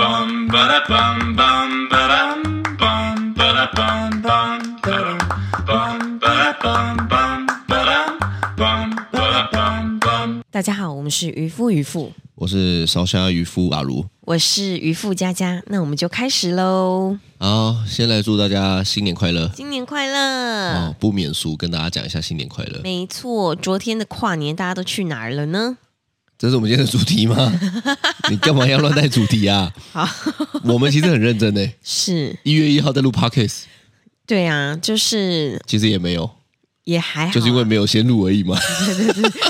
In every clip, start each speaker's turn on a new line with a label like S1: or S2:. S1: bum ba da bum bum ba dum bum ba da bum bum ba dum bum ba da bum bum ba dum bum ba da bum bum
S2: 大家好，我们是渔夫渔妇，
S3: 我是烧虾渔夫阿如。
S2: 我是渔夫佳佳，那我们就开始喽！
S3: 好，先来祝大家新年快乐
S2: 新年快乐！
S3: 哦！不免俗，跟大家讲一下新年快乐，
S2: 没错，昨天的跨年大家都去哪儿了呢？
S3: 这是我们今天的主题 吗？你干嘛要乱带主题啊？
S2: 好，
S3: 我们其实很认真诶，
S2: 是，
S3: 一月一号在录 podcast，
S2: 对啊，就是
S3: 其实也没有，
S2: 也还好啊，
S3: 就是因为没有先录而已嘛。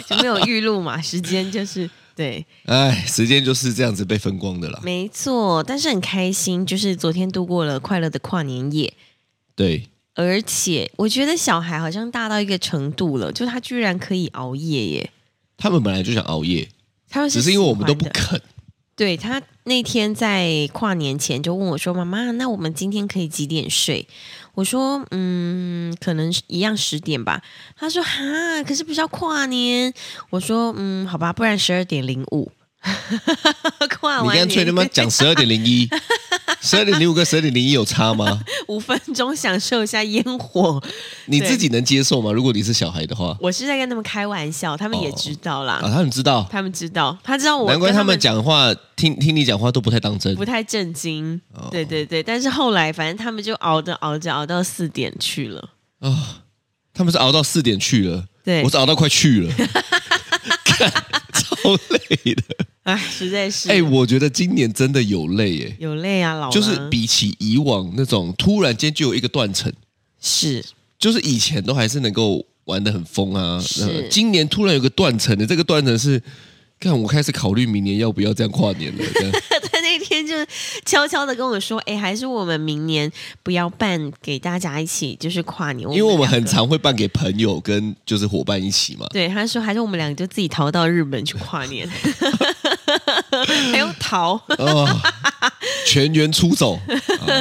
S2: 就没有预录嘛， 时间就是对，
S3: 哎，时间就是这样子被分光的啦。
S2: 没错，但是很开心，就是昨天度过了快乐的跨年夜，
S3: 对，
S2: 而且我觉得小孩好像大到一个程度了，就他居然可以熬夜耶，
S3: 他们本来就想熬夜，
S2: 他们
S3: 只是因为我们都
S2: 喜
S3: 不
S2: 欢的
S3: 肯。
S2: 对他那天在跨年前就问我说：“妈妈，那我们今天可以几点睡？”我说：“嗯，可能是一样十点吧。”他说：“哈，可是不是要跨年？”我说：“嗯，好吧，不然十二点零五。” 跨
S3: 你
S2: 完
S3: 干脆他妈
S2: 年
S3: 讲十二点 零一，十二点零五跟十二点零一有差吗？
S2: 五分钟享受一下烟火。
S3: 你自己能接受吗？如果你是小孩的话
S2: 我是在跟他们开玩笑，他们也知道啦，
S3: 啊，他们知道，
S2: 他们知道，他知道我
S3: 难怪
S2: 跟
S3: 他
S2: 他
S3: 们讲话听听你讲话都不太当真
S2: 不太震惊。
S3: 哦
S2: 对对对，但是后来反正他们就熬着熬着熬到四点去了。
S3: 啊。他们是熬到四点去了，
S2: 对
S3: 我是熬到快去 了，看超累的。
S2: 哎，实在是，
S3: 哎、我觉得今年真的有累耶、
S2: 有累啊，老了
S3: 就是比起以往那种突然间就有一个断层，
S2: 是
S3: 就是以前都还是能够玩的很疯啊，
S2: 是
S3: 呃今年突然有个断层的，这个断层是。看，我开始考虑明年要不要这样跨年了。 这样
S2: 他那天就悄悄的跟我说，哎，还是我们明年不要办给大家一起就是跨年，
S3: 因为我们
S2: 两个
S3: 很。常会办给朋友跟就是伙伴一起嘛。
S2: 对，他说还是我们两个就自己逃到日本去跨年， 还用逃？
S3: 哦，全员出走。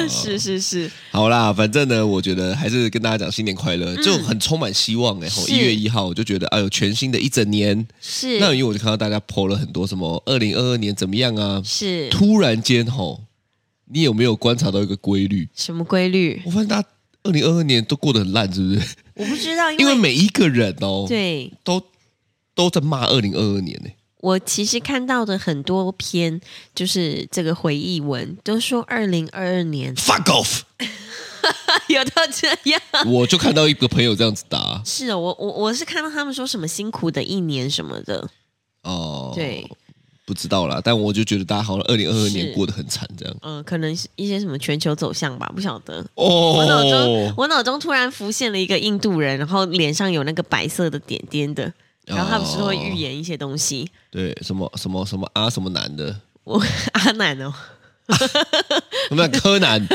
S2: 是是是，
S3: 好啦，反正呢，我觉得还是跟大家讲新年快乐，就很充满希望哎、欸。
S2: 嗯是
S3: 一月一号，我就觉得哎呦，全新的一整年。
S2: 是
S3: 那因为我就看到大家 PO 了很多什么二零二二年怎么样啊？
S2: 是
S3: 突然间吼，你有没有观察到一个规律？
S2: 什么规律？
S3: 我发现大家二零二二年都过得很烂，是不是？
S2: 我不知道，因
S3: 因为每一个人哦，
S2: 对
S3: 都都在骂二零二二年呢、欸。
S2: 我其实看到的很多篇就是这个回忆文，都说二零二二 年
S3: Fuck off！
S2: 有到这样。
S3: 我就看到一个朋友这样子答
S2: 是哦，我我我是看到他们说什么辛苦的一年什么的，
S3: 哦，
S2: 对，
S3: 不知道啦，但我就觉得大家好像二零二二
S2: 是
S3: 年过得很惨这样。
S2: 嗯、可能是一些什么全球走向吧，不晓得。我脑中
S3: 哦，
S2: 我脑中突然浮现了一个印度人，然后脸上有那个白色的点点的，然后他不是会预言一些东西。
S3: 对，什么什么什么啊，什么男的，
S2: 我阿南哦，
S3: 什么柯南，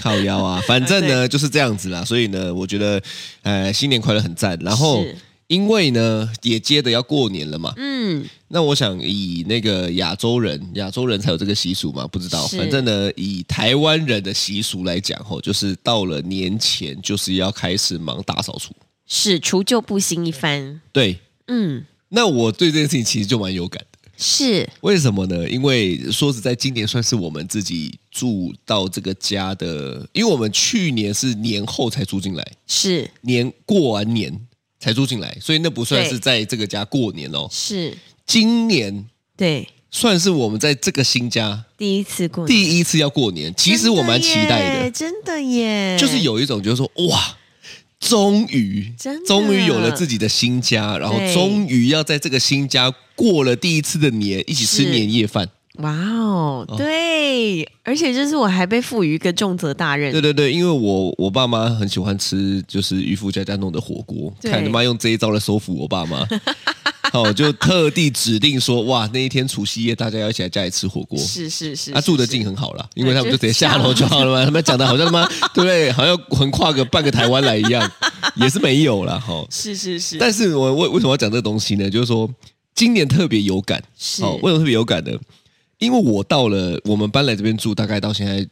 S3: 靠腰啊，反正呢就是这样子啦。所以呢，我觉得，呃，新年快乐很赞。然后
S2: 是，
S3: 因为呢也接着要过年了嘛，
S2: 嗯，
S3: 那我想以那个亚洲人，亚洲人才有这个习俗嘛？不知道，
S2: 是
S3: 反正呢，以台湾人的习俗来讲，吼，就是到了年前就是要开始忙大扫除。
S2: 是除旧布新一番，
S3: 对，
S2: 嗯，
S3: 那我对这件事情其实就蛮有感的。
S2: 是
S3: 为什么呢？因为说实在，今年算是我们自己住到这个家的，因为我们去年是年后才住进来，
S2: 是
S3: 年过完年才住进来，所以那不算
S2: 对
S3: 是在这个家过年哦。
S2: 是，
S3: 今年
S2: 对，
S3: 算是我们在这个新家
S2: 第一次过年，
S3: 第一次要过年，其实我蛮期待的，
S2: 真的耶，真的耶
S3: 就是有一种就是说哇。终于
S2: 真的，
S3: 终于有了自己的新家，然后
S2: 对
S3: 终于要在这个新家过了第一次的年，一起吃
S2: 是
S3: 年夜饭。
S2: 哇哦，对，而且就是我还被赋予一个重责大任
S3: 对，对对，因为我我爸妈很喜欢吃，就是渔夫家家弄的火锅，
S2: 对
S3: 看他妈用这一招来收服我 爸妈。好，就特地指定说，哇，那一天除夕夜大家要一起来家里吃火锅。
S2: 是是是，是
S3: 他、啊住得近
S2: 是
S3: 很好啦，因为他们
S2: 就
S3: 就直接下楼就好了嘛。他们讲的好像 他妈对不对？好像横跨个半个台湾来一样，也是没有啦。哈、
S2: 是是是，
S3: 但是我为为什么要讲这个东西呢？就是说今年特别有感，
S2: 是
S3: 哦，为什么特别有感呢？因为我到了我们搬来这边住，大概到现在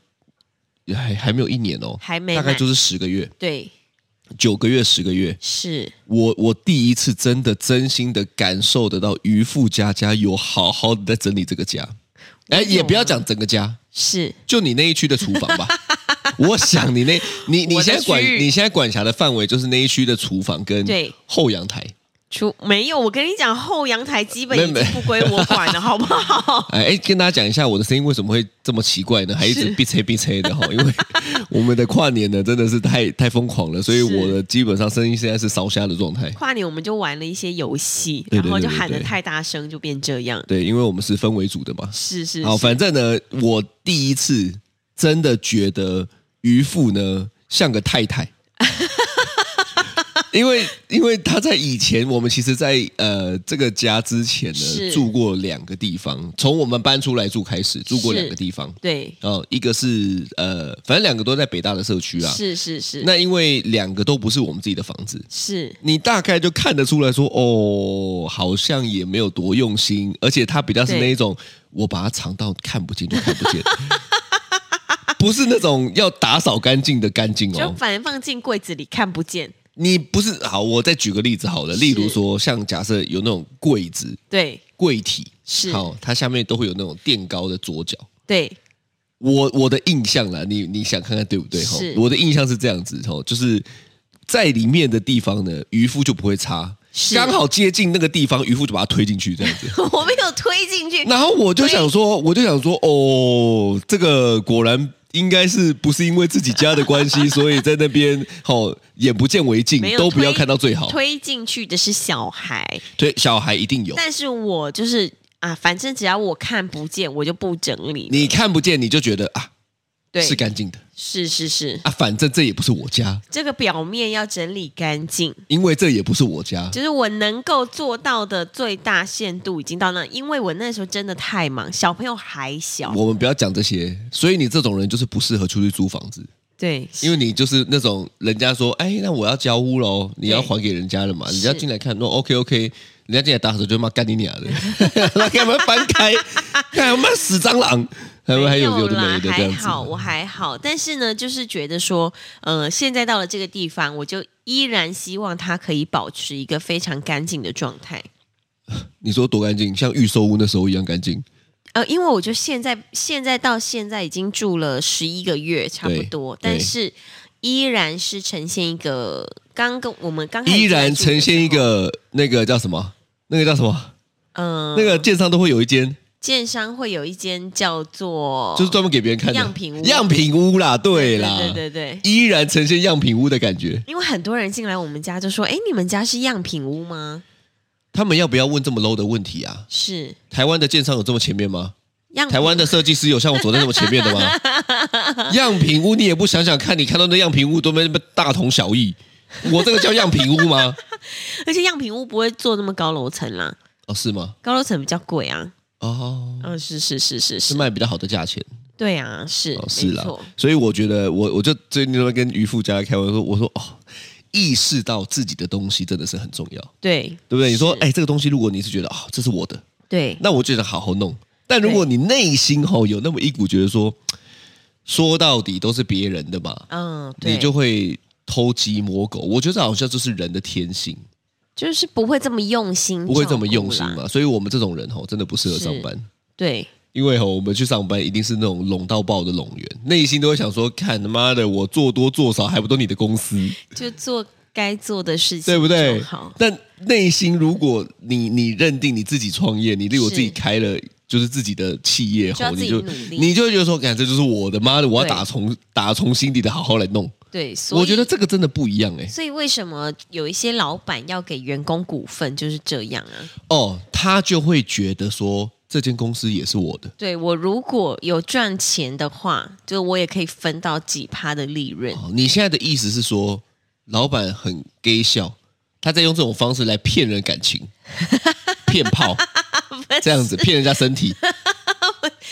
S3: 也还还没有一年哦，
S2: 还没
S3: 大概
S2: 满
S3: 就是十个月、
S2: 对，
S3: 九个月、十个月。
S2: 是
S3: 我我第一次真的真心的感受得到渔夫家家有好好的在整理这个家，哎，
S2: 有
S3: 也不要
S2: 啊
S3: 讲整个家，
S2: 是
S3: 就你那一区的厨房吧。我想你那，你你
S2: 我的
S3: 现在管
S2: 区域
S3: 你现在管辖的范围就是那一区的厨房跟
S2: 对
S3: 后阳台。
S2: 除没有，我跟你讲，后阳台基本
S3: 没
S2: 已经
S3: 没
S2: 不归我管了，好不 好？
S3: 哎哎，跟大家讲一下我的声音为什么会这么奇怪呢？还一直
S2: 是
S3: 逼切逼 切的哈，因为我们的跨年呢真的是太太疯狂了，所以
S2: 是
S3: 我的基本上声音现在是烧瞎的状态。
S2: 跨年我们就玩了一些游戏，
S3: 对对
S2: 然
S3: 对
S2: 后就喊
S3: 对
S2: 得
S3: 对
S2: 太大声，就变这样。
S3: 对，因为我们是氛围组的嘛。
S2: 是是
S3: 好，
S2: 是，
S3: 反正呢，我第一次真的觉得渔父呢像个 太太，因为因为他在以前，我们其实在，呃这个家之前呢
S2: 是
S3: 住过两个地方，从我们搬出来住开始住过
S2: 是
S3: 两个地方。
S2: 对，
S3: 哦，一个是呃，反正两个都在北大的社区啊。
S2: 是是是，
S3: 那因为两个都不是我们自己的房子，
S2: 是
S3: 你大概就看得出来说，哦，好像也没有多用心，而且他比较是那一种，我把它藏到看不见就看不见， 不是那种要打扫干净的干净
S2: 就
S3: 哦。
S2: 反正放进柜子里看不见。
S3: 你不是好，我再举个例子好了，例如
S2: 是
S3: 说，像假设有那种柜子、
S2: 对
S3: 柜体，
S2: 是
S3: 好，它下面都会有那种垫高的桌角。
S2: 对，
S3: 我我的印象啦，你你想看看对不对？哈
S2: 是，
S3: 我的印象是这样子哦，就是在里面的地方呢，渔夫就不会擦，
S2: 是
S3: 刚好接近那个地方，渔夫就把它推进去这样 子。
S2: 我没有推进去。
S3: 然后我就想说，我就想说，哦，这个果然应该是不是因为自己家的关 系，所以在那边哦眼不见为净
S2: 没，有
S3: 都不要
S2: 推
S3: 看到最好。
S2: 推进去的是小孩，
S3: 对，小孩一定有，
S2: 但是我就是啊，反正只要我看不见，我就不整理了。
S3: 你看不见你就觉得啊
S2: 对
S3: 是干净的
S2: 是是是，
S3: 啊，反正这也不是我家，
S2: 这个表面要整理干净，
S3: 因为这也不是我家。
S2: 就是我能够做到的最大限度已经到那，因为我那时候真的太忙，小朋友还小，
S3: 啊我们不要讲这些，所以你这种人就是不适合出去租房子，
S2: 对，
S3: 因为你就是那种人家说，哎，那我要交屋喽，你要
S2: 对
S3: 还给人家了嘛，人
S2: 是
S3: 家进来看，说 OK OK，人家进来打手就骂干你娘的， 那给他们翻开，看他妈死蟑螂，还有还有有的
S2: 啦
S3: 没的这
S2: 还
S3: 样子，
S2: 好我还好，但是呢，就是觉得说，呃，现在到了这个地方，我就依然希望它可以保持一个非常干净的状态。
S3: 你说多干净，像预售屋那时候一样干净，
S2: 呃，因为我就现在现在到现在已经住了十一个月差不
S3: 对
S2: 多，
S3: 对
S2: 但是依然是呈现一个刚跟我们刚开始
S3: 依然
S2: 在住的
S3: 呈现一
S2: 时候
S3: 个那个叫什么，那个叫什么，
S2: 呃
S3: 那个建商都会有
S2: 嗯
S3: 一间，
S2: 建商会有一间叫做
S3: 就是专门给别人看的
S2: 样品屋
S3: 样品屋啦，
S2: 对
S3: 对啦，
S2: 对对对对。
S3: 依然呈现样品屋的感觉。
S2: 因为很多人进来我们家就说：“哎，你们家是样品屋吗
S3: 他们要不要问这么 low 的问题啊？”？
S2: 是
S3: 台湾的建商有这么前面吗？
S2: 样
S3: 台湾的设计师有像我走在那么前面的 吗？样品屋你也不想想看，你看到那样品屋都没大同小异，我这个叫样品屋吗？
S2: 而且样品屋不会做那么高楼层啦，
S3: 哦，是吗？
S2: 高楼层比较贵啊。
S3: 哦，
S2: 嗯，是是是是
S3: 是
S2: 是，
S3: 卖比较好的价钱，
S2: 对啊，是、
S3: 哦，是
S2: 没
S3: 啦
S2: 错，。
S3: 所以我觉得我我就最近都在跟渔夫家开玩笑，我说哦，意识到自己的东西真的是很重要，
S2: 对
S3: 对不对？你说
S2: 是
S3: 哎，这个东西如果你是觉得哦，这是我的，
S2: 对
S3: 那我就得好好弄。但如果你内心吼、有那么一股觉得说，说到底都是别人的嘛，
S2: 嗯，对
S3: 你就会偷鸡摸狗。我觉得这好像就是人的天性，
S2: 就是不会这么用心，
S3: 不会这么用心
S2: 照顾啦？
S3: 嘛。所以我们这种人吼、真的不适合上班。
S2: 对，
S3: 因为吼、我们去上班一定是那种拢到爆的拢员，内心都会想说：看他妈的，我做多做少还不都你的公司，
S2: 就做该做的事情，
S3: 对不对
S2: 好？，
S3: 但内心如果你你认定你自己创业，你例如
S2: 是
S3: 自己开了就是自己的企业
S2: 就要
S3: 后，
S2: 自
S3: 你
S2: 己
S3: 就
S2: 努力
S3: 你就会觉得说，感这就是我的，妈的，我要
S2: 对
S3: 打从打从心底的好好来弄。
S2: 对，所以
S3: 我觉得。这个真的不一样哎、
S2: 所以为什么有一些老板要给员工股份就是这样啊？
S3: 哦，他就会觉得说这间公司也是我的。
S2: 对我如果有赚钱的话，就我也可以分到几趴的利润。
S3: 哦，你现在的意思是说，老板很 gay 笑，他在用这种方式来骗人感 情，骗炮。这样子骗人家 身体。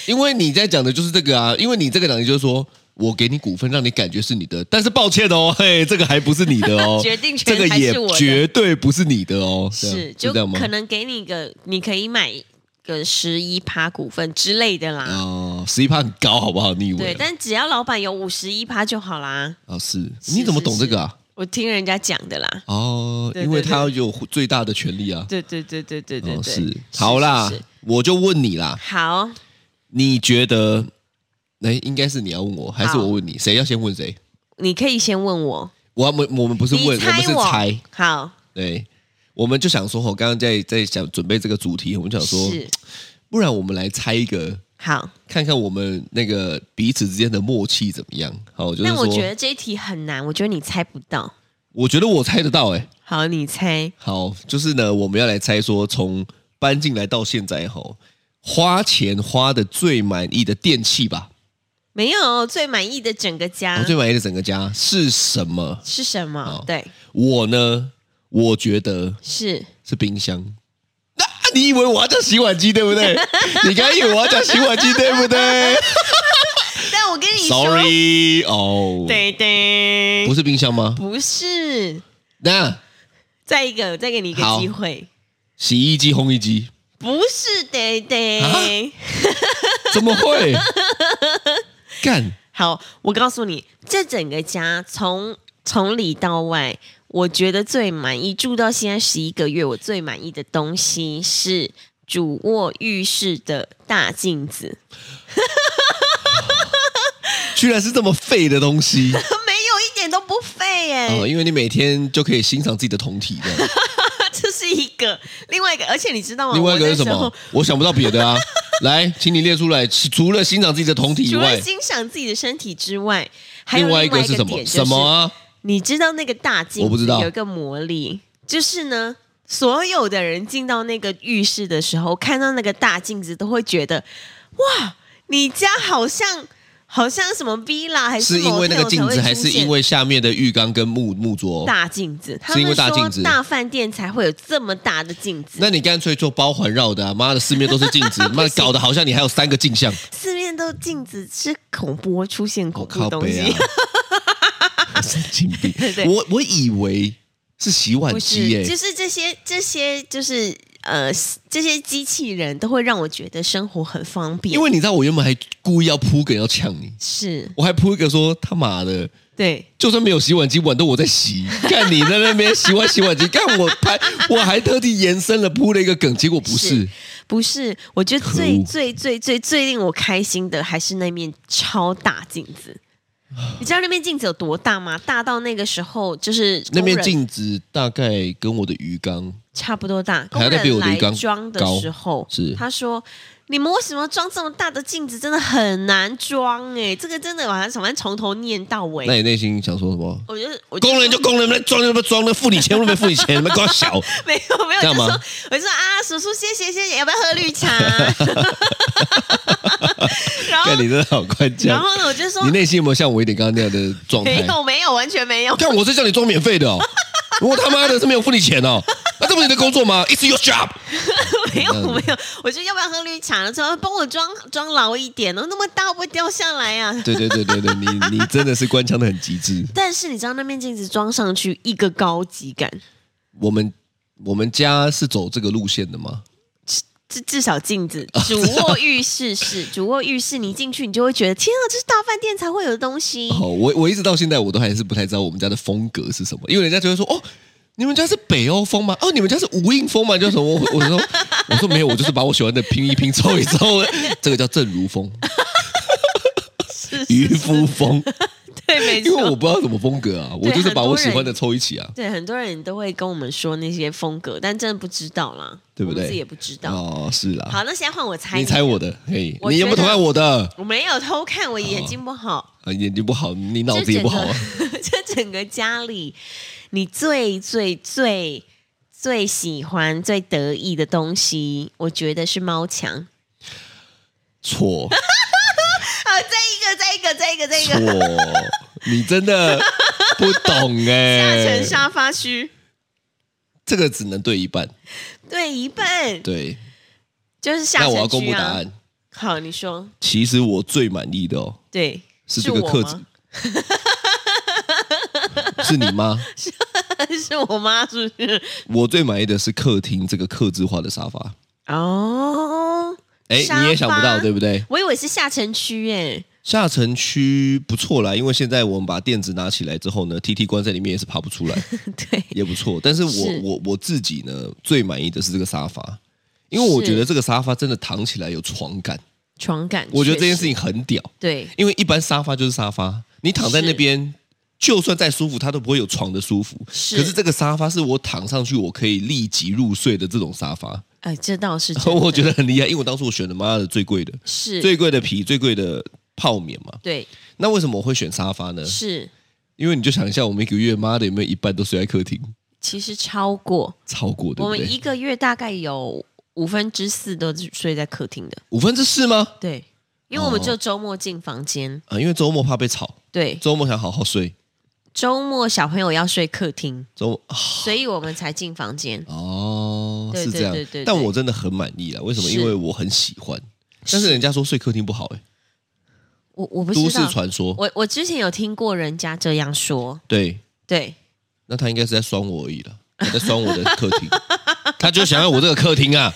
S3: 因为你在讲的就是这个啊，因为你这个等于就是说我给你股份，让你感觉是你的，但是抱歉哦，嘿，这个还不是你的哦，
S2: 决定权
S3: 这个
S2: 还
S3: 也
S2: 是我的
S3: 绝对不是你的哦，这样
S2: 是，
S3: 是
S2: 就
S3: 这样吗
S2: 可？能给你个，你可以买个十一趴股份之类的啦。
S3: 哦，十一趴很高，好不好？你以为
S2: 对，
S3: 啊？
S2: 但只要老板有五十一趴就好啦。
S3: 哦，是，
S2: 是
S3: 你怎么懂这个啊？
S2: 我听人家讲的啦。
S3: 哦，
S2: 对
S3: 因为
S2: 对对
S3: 他有最大的权利啊。
S2: 对对对对对对
S3: 哦，
S2: 对，
S3: 是，好啦
S2: 是是，
S3: 我就问你啦，
S2: 好，
S3: 你觉得那、应该是你要问我，还是我问你？谁要先问谁？
S2: 你可以先问我，
S3: 我们我们不是问，
S2: 你
S3: 我们
S2: 猜
S3: 是猜。
S2: 好，
S3: 对，我们就想说，我刚刚在在想准备这个主题，我们就想说，
S2: 是
S3: 不然我们来猜一个，
S2: 好。
S3: 看看我们那个彼此之间的默契怎么样。好，就是
S2: 但
S3: 说，
S2: 我觉得这一题很难，我觉得你猜不到。
S3: 我觉得我猜得到、欸，哎，
S2: 好，你猜
S3: 好，就是呢，我们要来猜说，从搬进来到现在吼，花钱花的最满意的电器吧，
S2: 没有最满意的整个家、
S3: 我最满意的整个家是什么？
S2: 是什么
S3: 好？
S2: 对，
S3: 我呢，我觉得
S2: 是
S3: 是冰箱。啊你以为我要讲洗碗机对不 对？你刚以为我要讲洗碗机对不对
S2: 但我跟你说
S3: ？Sorry，哦，，
S2: 对对，
S3: 不是冰箱吗？
S2: 不是。
S3: 那
S2: 再一个，再给你一个
S3: 好
S2: 机会，
S3: 洗衣机、烘衣机，
S2: 不是对
S3: 啊
S2: 对。
S3: 怎么 会？干，
S2: 好，我告诉你，这整个家从从里到外，我觉得最满意，住到现在十一个月，我最满意的东西是主卧浴室的大镜子。
S3: 居然是这么废的东西。
S2: 没有一点都不废耶、
S3: 哦，因为你每天就可以欣赏自己的酮体的。
S2: 这是一个，另外一个，而且你知道吗？
S3: 另外一个是
S2: 我那
S3: 什
S2: 时候
S3: 么？我想不到别的啊。来，请你列出来，其除了欣赏自己的酮体以
S2: 除
S3: 外
S2: 了，欣赏自己的身体之外，还有
S3: 另外一
S2: 一
S3: 个是什么？
S2: 点就是
S3: 什么啊？
S2: 你知道那个大镜子
S3: 我不知道
S2: 有一个魔力，就是呢，所有的人进到那个浴室的时候，看到那个大镜子，都会觉得哇，你家好像好像什么 villa 还
S3: 是因为那个
S2: motel
S3: 镜
S2: 才
S3: 子，
S2: 会
S3: 还是
S2: 出现
S3: 因为下面的浴缸跟木木桌？
S2: 大镜子？他
S3: 是因为
S2: 们
S3: 大镜
S2: 说
S3: 子
S2: 大饭店才会有这么大的镜子，
S3: 那你干脆做包环绕的啊！妈的，四面都是镜 子，妈的搞得好像你还有三个镜像，
S2: 四面都镜子，是恐怖会出现
S3: 我
S2: 恐怖
S3: 靠
S2: 的东
S3: 北
S2: 西。
S3: 啊！神经病！
S2: 对
S3: 我我以为是洗 碗
S2: 不
S3: 机
S2: 是，
S3: 耶
S2: 就，是这些这些就是呃这些机器人都会让我觉得生活很方便，
S3: 因为你知道我原本还故意要铺梗要呛你，
S2: 是
S3: 我还铺一个说他妈的。
S2: 对
S3: 就算没有洗碗机，碗都我 在洗。看你在那边洗碗洗碗机，看我拍，我还特地延伸了铺了一个梗，结果不是
S2: 是不是？我觉得
S3: 可
S2: 最
S3: 恶
S2: 最最最最令我开心的还是那面超大镜 子。你知道那面镜子有多大吗？大到那个时候就是
S3: 那面
S2: 工人
S3: 镜子大概跟我的鱼缸
S2: 差不多大，工
S3: 还要再比
S2: 人
S3: 我的
S2: 来
S3: 鱼缸
S2: 装的
S3: 高
S2: 时候，
S3: 是
S2: 他说：“你们为什么装这么大的镜子？真的很难装哎、这个真的晚上从头念到尾。
S3: 那你内心想说什么？
S2: 我就是我
S3: 工人就工人，那装就不装，那付你钱就不付你钱，你们搞小。
S2: 没有没有，
S3: 这
S2: 就
S3: 样吗
S2: 说我就说啊，叔叔谢谢谢谢，要不要喝绿茶？ 然后
S3: 看你真的好关
S2: 然
S3: 家，
S2: 后呢，我就说
S3: 你内心有没有像我一点刚刚那样的状
S2: 没
S3: 态？
S2: 有没有，完全没 有。
S3: 看我是叫你装免费的哦，我他妈的是没有付你钱哦，那这不是你的工作吗？It's your job。
S2: 没有没有，我就要不要喝绿茶呢？说帮我装装牢一点哦，那么大会不会掉下来啊？
S3: 对对对对对，你你真的是官腔的很极致。
S2: 但是你知道那面镜子装上去一个高级感，
S3: 我们我们家是走这个路线的吗？
S2: 至至少镜子
S3: 啊
S2: 主卧浴室是主卧浴室，你进去你就会觉得天啊，这是大饭店才会有的东西。
S3: 哦，我我一直到现在我都还是不太知道我们家的风格是什么，因为人家就会说哦。你们家是北欧风吗？哦，你们家是无印风吗？你叫什么？我我说 我说没有，我就是把我喜欢的拼一拼、凑一凑， 这个叫正如风、
S2: 是
S3: 渔夫风，
S2: 对，没
S3: 因为我
S2: 错。
S3: 不知道什么风格啊，我
S2: 对
S3: 就是把
S2: 很多
S3: 我
S2: 人
S3: 喜欢的凑一起啊。
S2: 对，很多人都会跟我们说那些风格，但真的不知道啦，
S3: 对不对
S2: 我们自己也不知道。
S3: 哦，是啦，
S2: 好，那现在换我猜
S3: 你猜我的，嘿，
S2: 我
S3: 你有没有
S2: 觉
S3: 同
S2: 得
S3: 爱我的？
S2: 我没有偷看，我眼睛不好，
S3: 啊，眼睛不好，你脑
S2: 这
S3: 子也不好啊。
S2: 整个 这整个家里，你最最最最喜欢、最得意的东西，我觉得是猫墙。
S3: 错。
S2: 好，啊再一个，再一个，再一个，再一
S3: 错
S2: 个，，
S3: 你真的不懂
S2: 下
S3: 哎、
S2: 沉沙发区，
S3: 这个只能对一半，
S2: 对一半，
S3: 对。
S2: 就是下
S3: 那
S2: 沉区、啊、
S3: 我要公布答案。
S2: 好，你说，
S3: 其实我最满意的哦，
S2: 对，
S3: 是这个
S2: 我
S3: 课
S2: 吗
S3: 程， 是你妈。
S2: 是我妈，是不是？
S3: 我最满意的是客厅这个客制化的沙发。
S2: 哦，
S3: 哎，
S2: 沙发
S3: 你也想不到对不对？
S2: 我以为是下沉区诶，
S3: 下城区不错啦，因为现在我们把垫子拿起来之后呢，T T 关在里面也是爬不出 来，
S2: 对，
S3: 也不错。但是我
S2: 是
S3: 我我自己呢，最满意的是这个沙发，因为我
S2: 是
S3: 觉得这个沙发真的躺起来有床感。
S2: 床感，
S3: 我觉得这件
S2: 确实
S3: 事情很屌，
S2: 对
S3: 因为一般沙发就是沙发，你躺在那边，就算再舒服，它都不会有床的舒服。
S2: 是
S3: 可是这个沙发是我躺上去，我可以立即入睡的这种沙发，
S2: 哎，这倒是真的，
S3: 我觉得很厉害。因为我当初我选的妈的最贵的，
S2: 是
S3: 最贵的皮，最贵的泡棉嘛。
S2: 对
S3: 那为什么我会选沙发呢？
S2: 是，
S3: 因为你就想一下，我们一个月妈的有没有一半都睡在客厅？
S2: 其实超过
S3: 超过对
S2: 我
S3: 不
S2: 们一
S3: 对？
S2: 个月大概有五分之四都是睡在客厅的，
S3: 五分之四吗？
S2: 对，因为我们
S3: 哦
S2: 就周末进房间，
S3: 啊，因为周末怕被吵，
S2: 对，
S3: 周末想好好睡，
S2: 周末小朋友要睡客厅，
S3: 周末啊
S2: 所以我们才进房间。
S3: 哦，
S2: 对
S3: 是
S2: 对
S3: 这样
S2: 对对对。
S3: 但我真的很满意了，为什么？
S2: 是
S3: 因为我很喜欢。但是人家说睡客厅不好，哎，
S2: 我我不知
S3: 都
S2: 道
S3: 市，传说。
S2: 我我之前有听过人家这样说，
S3: 对，
S2: 对，
S3: 那他应该是在酸我而已了，他在酸我的客厅， 他就想要我这个客厅啊，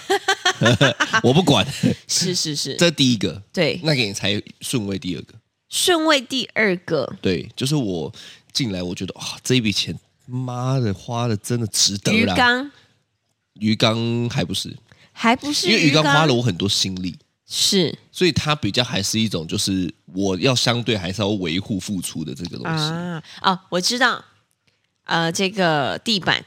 S3: 我不 管。
S2: 是是 是，
S3: 这第一个，
S2: 对。
S3: 那给你才顺位第二个。
S2: 顺位第二个
S3: 对，就是我进来，我觉得啊，这一笔钱，妈的，花的真的值得
S2: 鱼
S3: 啦。
S2: 缸，
S3: 鱼缸还不是，
S2: 还不是
S3: 因为鱼
S2: 缸
S3: 缸花了我很多心力，
S2: 是
S3: 所以它比较还是一种就是我要相对还是要维护付出的这个东西，
S2: 啊哦，我知道，呃，这个地板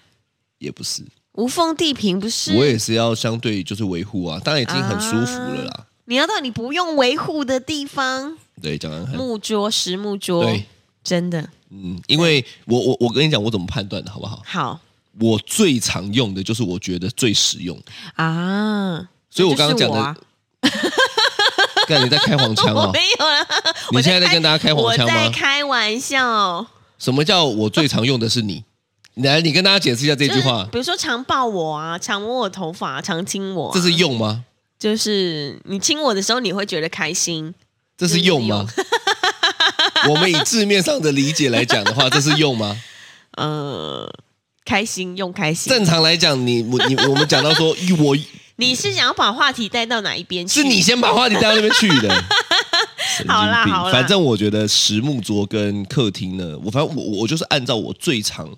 S3: 也不是，
S2: 无缝地坪不是
S3: 我也是要相对就是维护啊，当然已经很舒服了啦。
S2: 你要到你不用维护的地方，
S3: 对，讲讲看，
S2: 木桌、实木桌，
S3: 嗯对，
S2: 真的
S3: 嗯，因为我我我跟你讲，我怎么判断的好不好？
S2: 好
S3: 我最常用的就是我觉得最实用，
S2: 啊。
S3: 所以
S2: 那
S3: 我
S2: 就
S3: 刚
S2: 是
S3: 刚讲的，
S2: 我啊
S3: 干你在开黄腔
S2: 我
S3: 哦，
S2: 没有了，
S3: 你现在在跟大家开黄
S2: 我
S3: 腔吗？
S2: 在开玩笑。
S3: 什么叫我最常用的是你？来，你跟大家解释一下这句
S2: 就是
S3: 话，
S2: 比如说常抱我啊，常摸我头发，常亲我啊、
S3: 这是用吗？
S2: 就是你亲我的时候，你会觉得开心。
S3: 这是用吗？我们以字面上的理解来讲的话，这是用 吗？
S2: 呃，开心用开心。
S3: 正常来讲，你我你我们讲到说，我
S2: 你是想要把话题带到哪一边去？
S3: 是你先把话题带到那边去的。神经病
S2: 好啦好啦
S3: 反正我觉得实木桌跟客厅呢，我反正我我我就是按照我最常，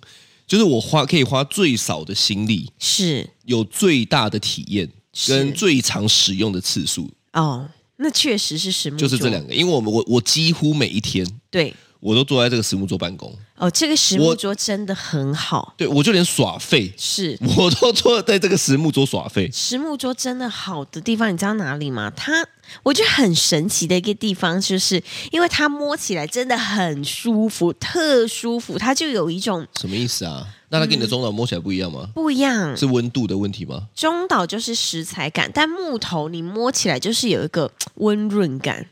S3: 就是我花可以花最少的心力，
S2: 是
S3: 有最大的体验
S2: 是
S3: 跟最常使用的次数，
S2: 哦，那确实是实木
S3: 就
S2: 桌，
S3: 是这两个。因为我们我我几乎每一天
S2: 对
S3: 我都坐在这个实木桌办公，
S2: 哦，这个实木
S3: 我
S2: 桌真的很好，
S3: 对我就连耍废，
S2: 是
S3: 我都坐在这个实木桌耍废。
S2: 实木桌真的好的地方，你知道哪里吗？它我觉得很神奇的一个地方，就是因为它摸起来真的很舒服，特舒服，它就有一种
S3: 什么意思啊？那它跟你的中岛摸起来不一样吗？
S2: 不一样。
S3: 是温度的问题吗？
S2: 中岛就是食材感，但木头你摸起来就是有一个嘖温润感，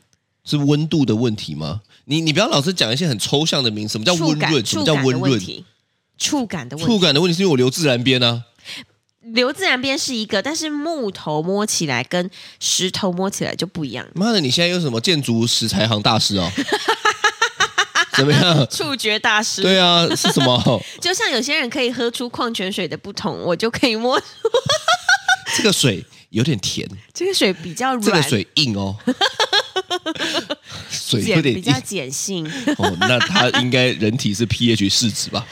S3: 是温度的问题吗？你你不要老是讲一些很抽象的名词，什么叫
S2: 触
S3: 温
S2: 感
S3: 润？什
S2: 触
S3: 么叫
S2: 感
S3: 温
S2: 的问
S3: 润？
S2: 题，触感的问
S3: 触
S2: 题。
S3: 感的问题是因为我留自然边啊，
S2: 留自然边是一个，但是木头摸起来跟石头摸起来就不一 样，
S3: 妈的，你现在又是什么建筑石材行大师哦？ 怎么样？
S2: 触觉大师。
S3: 对啊，是什 么？
S2: 就像有些人可以喝出矿泉水的不同，我就可以摸
S3: 这个水有点甜，
S2: 这个水比较软，
S3: 这个水 硬哦，水有
S2: 碱
S3: 点
S2: 比较
S3: 硬
S2: 碱性，
S3: 哦，那它应该人体是 pH 试值 吧？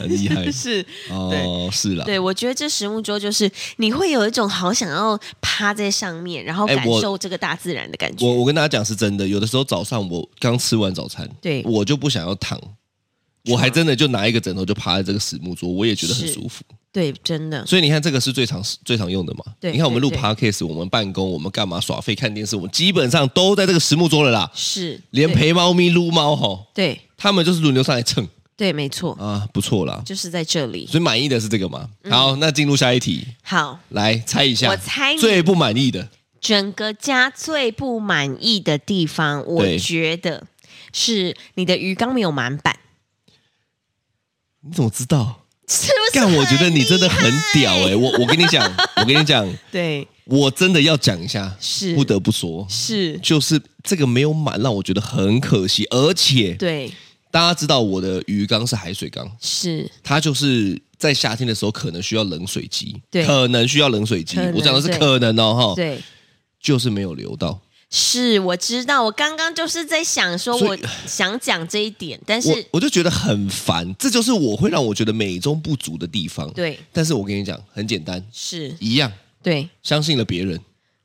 S3: 很厉害
S2: 是。
S3: 哦，是啦。
S2: 对，我觉得这实木桌就是你会有一种好想要趴在上面，然后
S3: 哎
S2: 感
S3: 我
S2: 受这个大自然的感觉。
S3: 我我跟大家讲是真的，有的时候早上我刚吃完早餐，
S2: 对
S3: 我就不想要躺，我还真的就拿一个枕头就趴在这个实木桌，我也觉得很舒服。
S2: 对，真的
S3: 所以你看，这个是最常最常用的嘛。
S2: 对
S3: 你看我们录
S2: 对对
S3: podcast，我们办公，我们干嘛耍废看电视，我们基本上都在这个实木桌了啦。
S2: 是
S3: 连
S2: 对
S3: 陪猫咪撸猫吼，
S2: 对
S3: 他们就是轮流上来蹭
S2: 对，没错，
S3: 啊，不错啦。
S2: 就是在这里。
S3: 所以满意的是这个嘛？好，那进入下一题，
S2: 好，
S3: 来猜一下，
S2: 嗯我猜你
S3: 最不满意的
S2: 整个家最不满意的地方，我
S3: 对
S2: 觉得是你的鱼缸没有满版，
S3: 你怎么知道？
S2: 是不是
S3: 干，
S2: 很厉害？
S3: 我觉得你真的很屌哎、我我跟你讲，我跟你讲，
S2: 对，
S3: 我真的要讲一下，
S2: 是
S3: 不得不说，
S2: 是，
S3: 就是这个没有满，让我觉得很可惜。而且
S2: 对，
S3: 大家知道我的鱼缸是海水缸，
S2: 是
S3: 它就是在夏天的时候可能需要冷水机，
S2: 对
S3: 可能需要冷水机
S2: 可。能
S3: 我讲的是
S2: 对
S3: 可能哦，哈，
S2: 对。
S3: 就是没有流到。
S2: 是我知道，我刚刚就是在想说，
S3: 所
S2: 我
S3: 以
S2: 想讲这一点，但
S3: 我
S2: 是
S3: 我就觉得很烦，这就是我会让我觉得美中不足的地方。
S2: 对，
S3: 但是我跟你讲，很简单，
S2: 是
S3: 一样
S2: 对
S3: 相信了别人，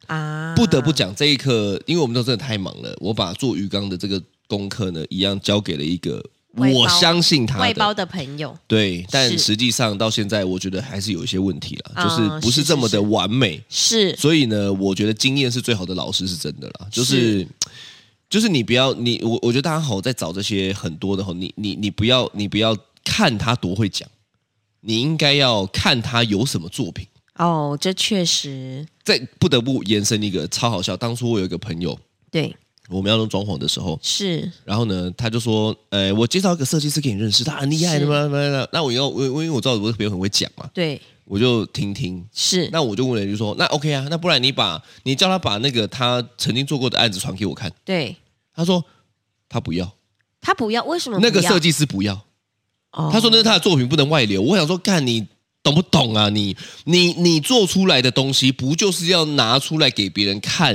S2: 啊，
S3: 不得不讲这一课，因为我们都真的太忙了，我把做鱼缸的这个功课呢，一样交给了一个
S2: 外包
S3: 我相信他
S2: 外包
S3: 的。
S2: 的朋友，
S3: 对，但
S2: 是
S3: 实际上到现在，我觉得还是有一些问题啦，就
S2: 啊
S3: 是不
S2: 是
S3: 是这么
S2: 是
S3: 的
S2: 是
S3: 完美。
S2: 是
S3: 所以呢，我觉得经验是最好的老师，是真的啦。就是是就是你不要你我，我觉得大家好在找这些很多的吼，你你你不要你不要看他多会讲，你应该要看他有什么作品。
S2: 哦，这确实
S3: 再不得不延伸一个超好笑，当初我有一个朋友，
S2: 对，
S3: 我们要弄装潢的时候，
S2: 是
S3: 然后呢，他就说，呃，我介绍一个设计师给你认识，他很厉害
S2: 是
S3: 的嘛，那那我要我因为我知道我的朋友很会讲嘛，
S2: 对，
S3: 我就听听，
S2: 是
S3: 那我就问了一句说，那 OK 啊，那不然你把你叫他把那个他曾经做过的案子传给我看。
S2: 对。
S3: 他说他不要，
S2: 他不要，为什么
S3: 那个设
S2: 计？
S3: 计师不要。
S2: 哦
S3: 他说那是他的作品不能外流。我想说，干你懂不懂啊？你你你做出来的东西不就是要拿出来给别人看，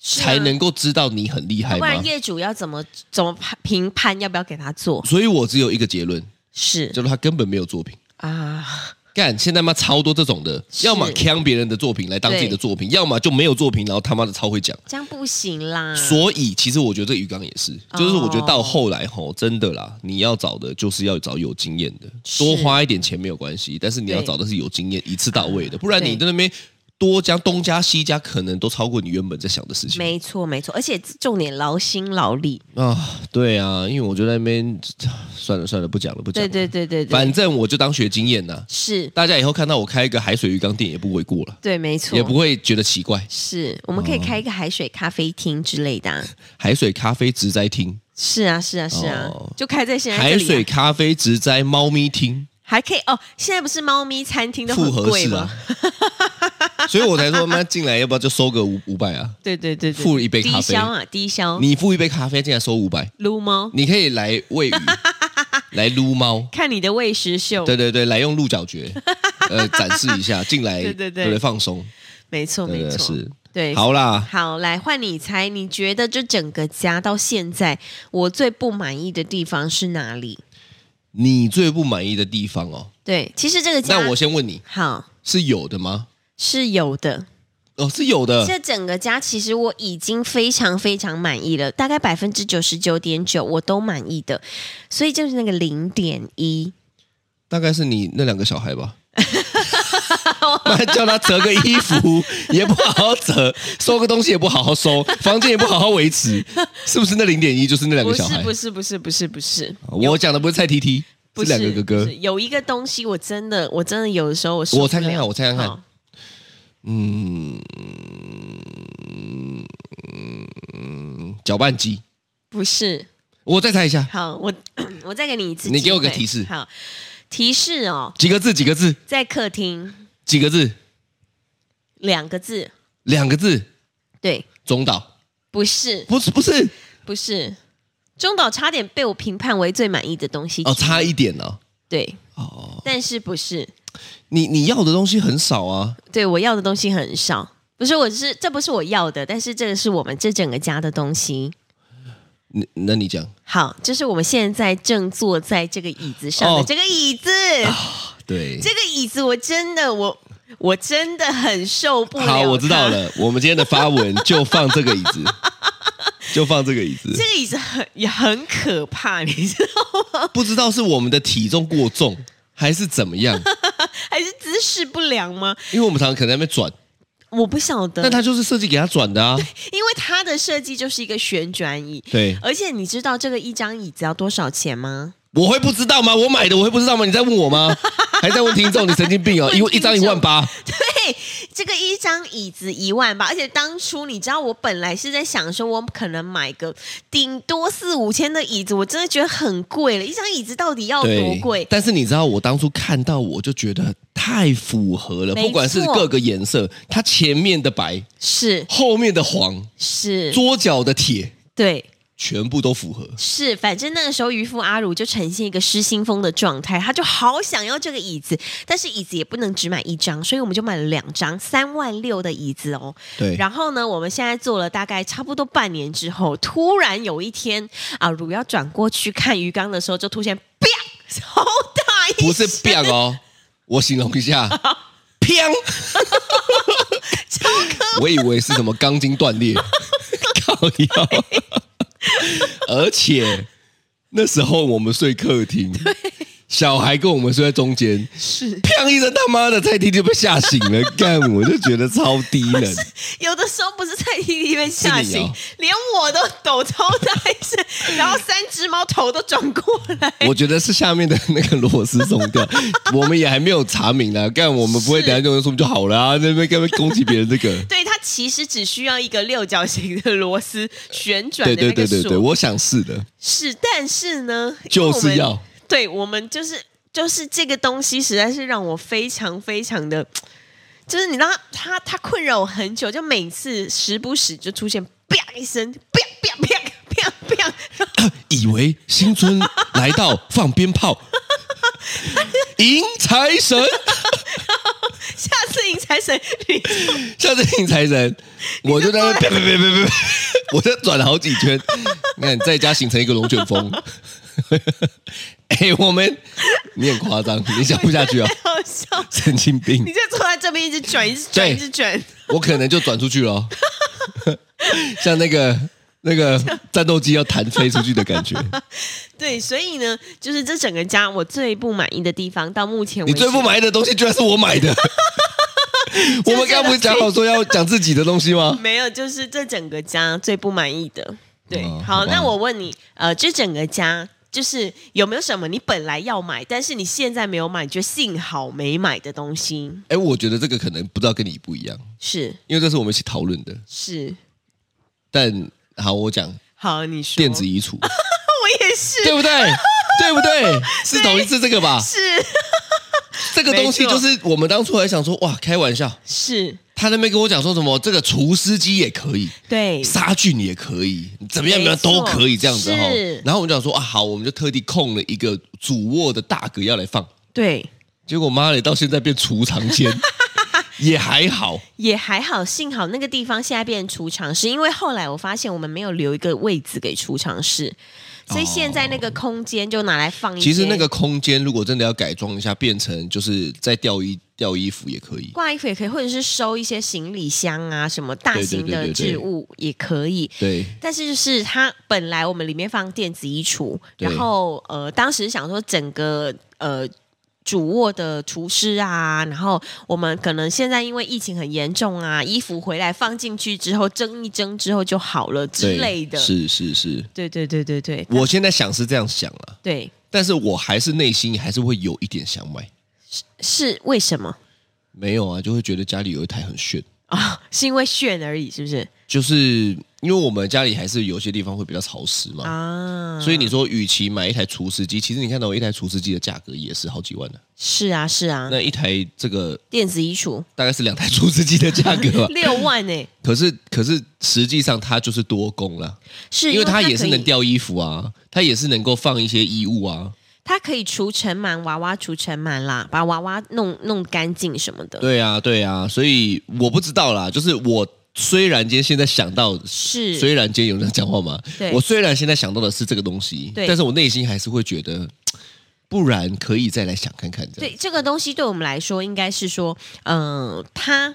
S2: 是啊
S3: 才能够知道你很厉害
S2: 不然
S3: 吗？
S2: 业主要怎么怎么判评判要不要给他做？
S3: 所以我只有一个结论，
S2: 是
S3: 就是他根本没有作品。
S2: 啊，
S3: 干，现在妈超多这种的，
S2: 是
S3: 要么坑别人的作品来当自己
S2: 对
S3: 的作品，要么就没有作品，然后他妈的超会讲。
S2: 这样不行啦。
S3: 所以，其实我觉得这鱼缸也是，
S2: 哦
S3: 就是我觉得到后来吼，真的啦，你要找的就是要找有经验的，
S2: 是
S3: 多花一点钱没有关系，但是你要
S2: 对
S3: 找的是有经验，一次到位的，不然你
S2: 对
S3: 在那边多加东加西加，可能都超过你原本在想的事情
S2: 没错没错，而且重点劳心劳力。
S3: 啊。对啊，因为我就在那边算了算了，不讲了不讲
S2: 对
S3: 了，
S2: 对对对
S3: 反
S2: 对，
S3: 正我就当学经验呐。
S2: 是，
S3: 大家以后看到我开一个海水鱼缸店也不为过了，
S2: 对，没错，
S3: 也不会觉得奇怪。
S2: 是，我们可以开
S3: 哦
S2: 一个海水咖啡厅之类的啊、
S3: 海水咖啡直栽厅，
S2: 是啊是啊是啊，
S3: 哦
S2: 就开在现在这
S3: 海
S2: 里啊、
S3: 水咖啡直栽猫咪厅。
S2: 还可以哦。现在不是猫咪餐厅都
S3: 复
S2: 很
S3: 合
S2: 贵
S3: 式
S2: 吗？
S3: 啊， 所以我才说妈进来要不要就收个五五百啊？
S2: 对对对对，
S3: 付一杯咖
S2: 低
S3: 啡
S2: 消啊，低消
S3: 你付一杯咖啡进来收五百，
S2: 撸猫，
S3: 你可以来喂 鱼，来撸猫，
S2: 看你的喂食秀。
S3: 对对对，来用鹿角蕨， 呃，展示一下，进来
S2: 对对对
S3: 对，放松，
S2: 没错
S3: 对
S2: 没
S3: 对
S2: 错，
S3: 是，
S2: 对，
S3: 好啦，
S2: 好，来换你猜，你觉得这整个家到现在，我最不满意的地方是哪里？
S3: 你最不满意的地方哦，
S2: 对，其实这个家
S3: 那我先问你，
S2: 好
S3: 是有的吗？
S2: 是有的。
S3: 哦，是有的，
S2: 这整个家其实我已经非常非常满意了，大概百分之九十九点九我都满意的，所以就是那个零点一。
S3: 大概是你那两个小 孩吧。妈叫他折个衣服也不好好 折，收个东西也不好好收，房间也不好好维持，是不是那零点一就是那两
S2: 不
S3: 个小
S2: 是
S3: 孩？哦
S2: 不是不是不是不是
S3: 我讲的不是蔡 T T，
S2: 不
S3: 是
S2: 是
S3: 两个哥
S2: 不
S3: 哥
S2: 是。有一个东西我真的我真的有的时候我受
S3: 我猜
S2: 不
S3: 看看，
S2: 了
S3: 我猜看看
S2: 好，
S3: 搅拌机。
S2: 不是
S3: 我再猜一下，
S2: 好，我 我再给你一次机会，
S3: 你给我个提示
S2: 好，提示哦，
S3: 几个字？几个字？
S2: 在客厅
S3: 几个字？
S2: 两个字，
S3: 两个字。
S2: 对，
S3: 中岛？
S2: 不是，
S3: 不是，不是。
S2: 不是，中岛差点被我评判为最满意的东西之一
S3: 哦，差一点哦。
S2: 对，
S3: 哦，
S2: 但是不是，
S3: 你你要的东西很少啊。
S2: 对我要的东西很少，不是，我是这不是我要的，但是这个是我们这整个家的东西。
S3: 你那你讲，
S2: 好，这是我们现在正坐在这个椅子上的、
S3: 哦啊
S2: 这个椅子，
S3: 对。
S2: 这个椅子我真的我我真的很受不了。
S3: 好，我知道。了。我们今天的 发文就放这个椅子，就放这个椅子
S2: 这。个椅子很也很可怕，你知道，
S3: 啊不知道是我们的体重过重还是怎么样，
S2: 还是姿势不良吗？
S3: 因为我们常常可能在那边转，
S2: 嗯我不晓得。
S3: 但它就是设计给它转的啊。
S2: 因为它的设计就是一个旋转椅，
S3: 对，
S2: 而且你知道这个一张椅子要多少钱吗？
S3: 我会不知道吗？我买的我会不知道吗？你在问我吗？还在问听众？你神经病哦！一一张一万八，
S2: 对，这个一张椅子一万吧，而且当初你知道我本来是在想说，我可能买个顶多四五千的椅子，我真的觉得很贵了。一张椅子到底要哦多
S3: 对
S2: 贵？
S3: 但是你知道，我当初看到我就觉得太符合了，
S2: 没错
S3: 不管是各个颜色，它前面的白，
S2: 是
S3: 后面的黄，
S2: 是，
S3: 桌角的铁，
S2: 对。
S3: 全部都符合。
S2: 是，反正那个时候渔夫阿鲁就呈现一个失心疯的状态，他就好想要这个椅子，但是椅子也不能只买一张，所以我们就买了两张，三万六的椅子哦。
S3: 对，
S2: 然后呢，我们现在做了大概差不多半年之后，突然有一天啊，如要转过去看鱼缸的时候，就突然啪，好大一声，
S3: 不是 biang 哦，我形容一下，砰，
S2: 超可
S3: 我以为是什么钢筋断 裂，靠腰。而且那时候我们睡客厅，小孩跟我们睡在中间，
S2: 是
S3: 砰一声，他妈的菜踢就被吓醒 了，干我就觉得超低能。
S2: 有的时候不是蔡依林被吓
S3: 是你
S2: 醒，
S3: 哦
S2: 连我都抖超大一声， 然后三只猫头都转过来。
S3: 我觉得是下面的那个螺丝松 掉，我们也还没有查明呢、干我们不会等下就说就好了啊，那边干嘛攻击别人这个？
S2: 对，它其实只需要一个六角形的螺丝旋转
S3: 对
S2: 的那
S3: 对
S2: 个
S3: 对对
S2: 锁。
S3: 对，我想是的，
S2: 是，但是呢，因为
S3: 就
S2: 我们
S3: 是要
S2: 对我们就是就是这个东西，实在是让我非常非常的，就是你知道它它它困扰我很久，就每次时不时就出现啪一声，啪啪啪啪啪，
S3: 以为新春来到放鞭炮， 迎财神，
S2: 下次迎财神你就
S3: 下次迎财神，我就在那边啪啪啪啪啪，我就转了好几圈，那你在家形成一个龙卷风。 哎、我们你很夸张，你讲不下 去啊，
S2: 好笑。
S3: 神经病
S2: 你！就坐在这边一直转，一直转，
S3: 对
S2: 一直转，
S3: 我可能就转出去 了哦、像那个那个战斗机要弹飞出去的感觉。
S2: 对，所以呢，就是这整个家我最不满意的地方，到目前为
S3: 你
S2: 止，
S3: 最不满意的东西居然是我 买的，我们刚刚不是讲好说要讲自己的东西 吗？
S2: 没有，就是这整个家最不满意的。对，
S3: 哦
S2: 好，
S3: 好吧
S2: 那我问你，呃，这整个家就是有没有什么你本来要买，但是你现在没有买，你觉得幸好没买的东西？
S3: 哎，我觉得这个可能不知道跟你不一样，
S2: 是
S3: 因为这是我们一起讨论的。
S2: 是，
S3: 但好，我讲
S2: 好，你说
S3: 电子，衣橱，
S2: 我也是，
S3: 对不对？ 对不对？是同一次这个吧？
S2: 是
S3: 这个东西
S2: 没错
S3: 就是我们当初还想说，哇，开玩笑，
S2: 是，
S3: 他那边跟我讲说什么，这个除湿机也可以，
S2: 对，
S3: 杀菌也可以，怎么样怎么样
S2: 没错
S3: 都可以这样子哈
S2: 是。
S3: 然后我们讲说啊，好，我们就特地空了一个主卧的大格要来放，
S2: 对，
S3: 结果妈的到现在变储藏 间，也还好，
S2: 也还好，幸好那个地方现在变成储藏室，因为后来我发现我们没有留一个位置给储藏室，所以现在那个空间就拿来放一些。
S3: 其实那个空间如果真的要改装一下，变成就是再吊衣吊衣服也可以。
S2: 挂衣服也可以，或者是收一些行李箱啊，什么大型
S3: 对对
S2: 的
S3: 对对对
S2: 置物也可以。
S3: 对，
S2: 但是就是它本来我们里面放电子衣橱，
S3: 对
S2: 然后呃，当时想说整个呃。主卧的厨师啊，然后我们可能现在因为疫情很严重啊，衣服回来放进去之后蒸一蒸之后就好了之
S3: 对
S2: 类的。
S3: 是是是。
S2: 对对对对对，
S3: 我现在想是这样想啊，
S2: 对
S3: 但是我还是内心还是会有一点想买。
S2: 是为什么
S3: 没有啊，就会觉得家里有一台很炫，
S2: 啊、是因为炫而已，是不是
S3: 就是因为我们家里还是有些地方会比较潮湿嘛。
S2: 啊？
S3: 所以你说，与其买一台除湿机，其实你看到我一台除湿机的价格也是好几万的、
S2: 是啊是啊，
S3: 那一台这个
S2: 电子衣橱
S3: 大概是两台除湿机的价格吧。
S2: 六万欸呢、
S3: 可是，可是实际上它就是多功了，
S2: 是
S3: 因为它也是
S2: 可以
S3: 能，吊衣服啊，它也是能够放一些衣物啊。
S2: 它可以除尘螨，娃娃除尘螨啦，把娃娃弄弄干净什么的。
S3: 对啊，对啊，所以我不知道啦，就是我虽然今天现在想到。
S2: 是，
S3: 虽然今天有人在讲话嘛
S2: 对，
S3: 我虽然现在想到的是这个东西，
S2: 对
S3: 但是我内心还是会觉得，不然可以再来想看看这样。
S2: 对这个东西对我们来说，应该是说，嗯、它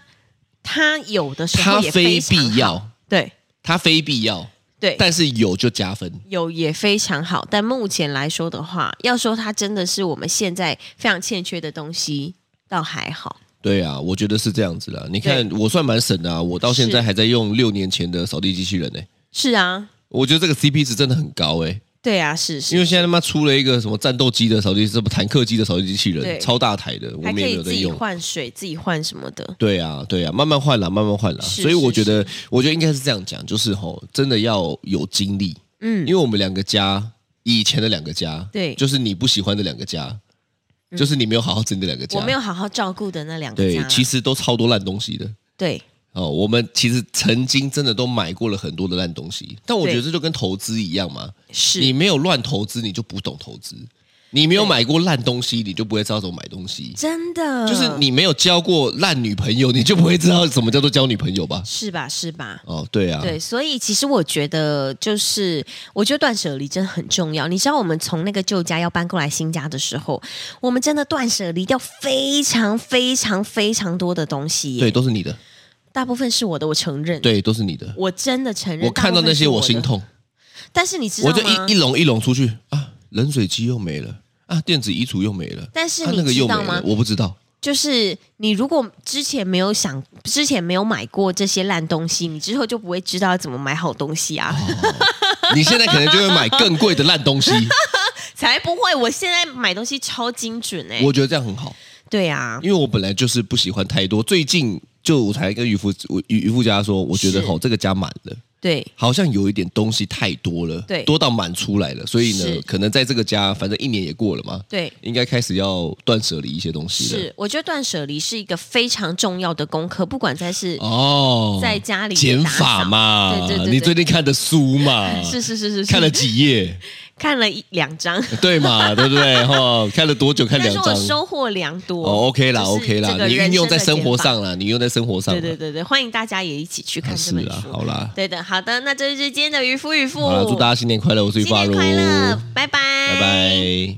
S2: 它有的时
S3: 它
S2: 候也非
S3: 非
S2: 常
S3: 必要，
S2: 对
S3: 它非必要，
S2: 对，
S3: 但是有就加分。
S2: 有也非常好，但目前来说的话，要说它真的是我们现在非常欠缺的东西，倒还好。
S3: 对啊，我觉得是这样子啦。你看，我算蛮省的啊，我到现
S2: 是
S3: 在还在用六年前的扫地机器人呢、
S2: 是啊，
S3: 我觉得这个 CP 值真的很高哎、
S2: 对啊，是是，
S3: 因为现在他妈出了一个什么战斗机的扫地，什么坦克机的扫地机器
S2: 对
S3: 人，超大台的，我
S2: 还可
S3: 们也没
S2: 以
S3: 有
S2: 自
S3: 在
S2: 己
S3: 用。
S2: 换水，自己换什么的。
S3: 对啊，对啊，慢慢换啦，慢慢换啦。
S2: 是
S3: 所以我
S2: 是
S3: 觉得，我觉得应该是这样讲，就是吼，真的要有精力，
S2: 嗯
S3: 因为我们两个家以前的两个家，
S2: 对
S3: 就是你不喜欢的两个家，就是你没有好好整理的两个家，
S2: 我没有好好照顾的那两个
S3: 对
S2: 家，，
S3: 其实都超多烂东西的。
S2: 对
S3: 哦，我们其实曾经真的都买过了很多的烂东西，但我觉得这就跟投资一样嘛，你
S2: 是
S3: 没有乱投资，你就不懂投资；你没有
S2: 对
S3: 买过烂东西，你就不会知道怎么买东西；
S2: 真的，
S3: 就是你没有交过烂女朋友，你就不会知道什么叫做交女朋友吧？
S2: 是吧是吧？
S3: 哦，对啊，
S2: 对，所以其实我觉得，就是我觉得断舍离真的很重要。你知道，我们从那个旧家要搬过来新家的时候，我们真的断舍离掉非常非常非常多的东西耶。
S3: 对，都是你的，
S2: 大部分是我的，我承认，
S3: 对，都是你的。
S2: 我真的承认。
S3: 我看到那些
S2: 大部
S3: 我
S2: 分是
S3: 心
S2: 的，
S3: 痛，
S2: 但是你知道
S3: 我
S2: 吗？
S3: 就一一笼一笼出去啊，冷水机又没了啊，电子衣橱又没了，
S2: 但是
S3: 啊
S2: 你
S3: 那个又
S2: 知
S3: 没
S2: 道吗
S3: 了，我不知道。
S2: 就是你如果之前没有想，之前没有买过这些烂东西，你之后就不会知道要怎么买好东西啊！
S3: 你现在可能就会买更贵的烂 东西，
S2: 才不会，我现在买东西超精准哎、
S3: 我觉得这样很好，
S2: 对啊，
S3: 因为我本来就是不喜欢太多。最近就我才跟渔夫我渔渔夫家说，我觉得
S2: 是
S3: 吼这个家满了。
S2: 对
S3: 好像有一点东西太多了，
S2: 对
S3: 多到满出来了，所以
S2: 是
S3: 呢，可能在这个家，反正一年也过了嘛，
S2: 对。
S3: 应该开始要断舍离一些东西了。
S2: 是，我觉得断舍离是一个非常重要的功课，不管在是、
S3: 哦，
S2: 在家里的
S3: 减
S2: 打
S3: 法
S2: 扫
S3: 嘛，
S2: 对对对对
S3: 你最近看的书嘛，
S2: 是是是是是
S3: 看了几 页，
S2: 看了一两张，
S3: 对嘛，对不对？哈，看了多久？看
S2: 但
S3: 两
S2: 是
S3: 张。
S2: 我收获良多。
S3: 哦，OK 啦
S2: 就是
S3: ，OK
S2: 这
S3: 啦，
S2: 个
S3: 你
S2: 人
S3: 运用在
S2: 生的
S3: 生
S2: 减
S3: 活
S2: 法。
S3: 上啦，你用在生活上啦，
S2: 对对对对，欢迎大家也一起去看
S3: 啊
S2: 这
S3: 是
S2: 本
S3: 啦，
S2: 书。
S3: 好啦，
S2: 对的，好的，那这就是今天的渔夫渔夫
S3: 好啦，祝大家新年快乐，我是
S2: 新
S3: 发
S2: 年
S3: 如，
S2: 快乐，拜拜，
S3: 拜。拜。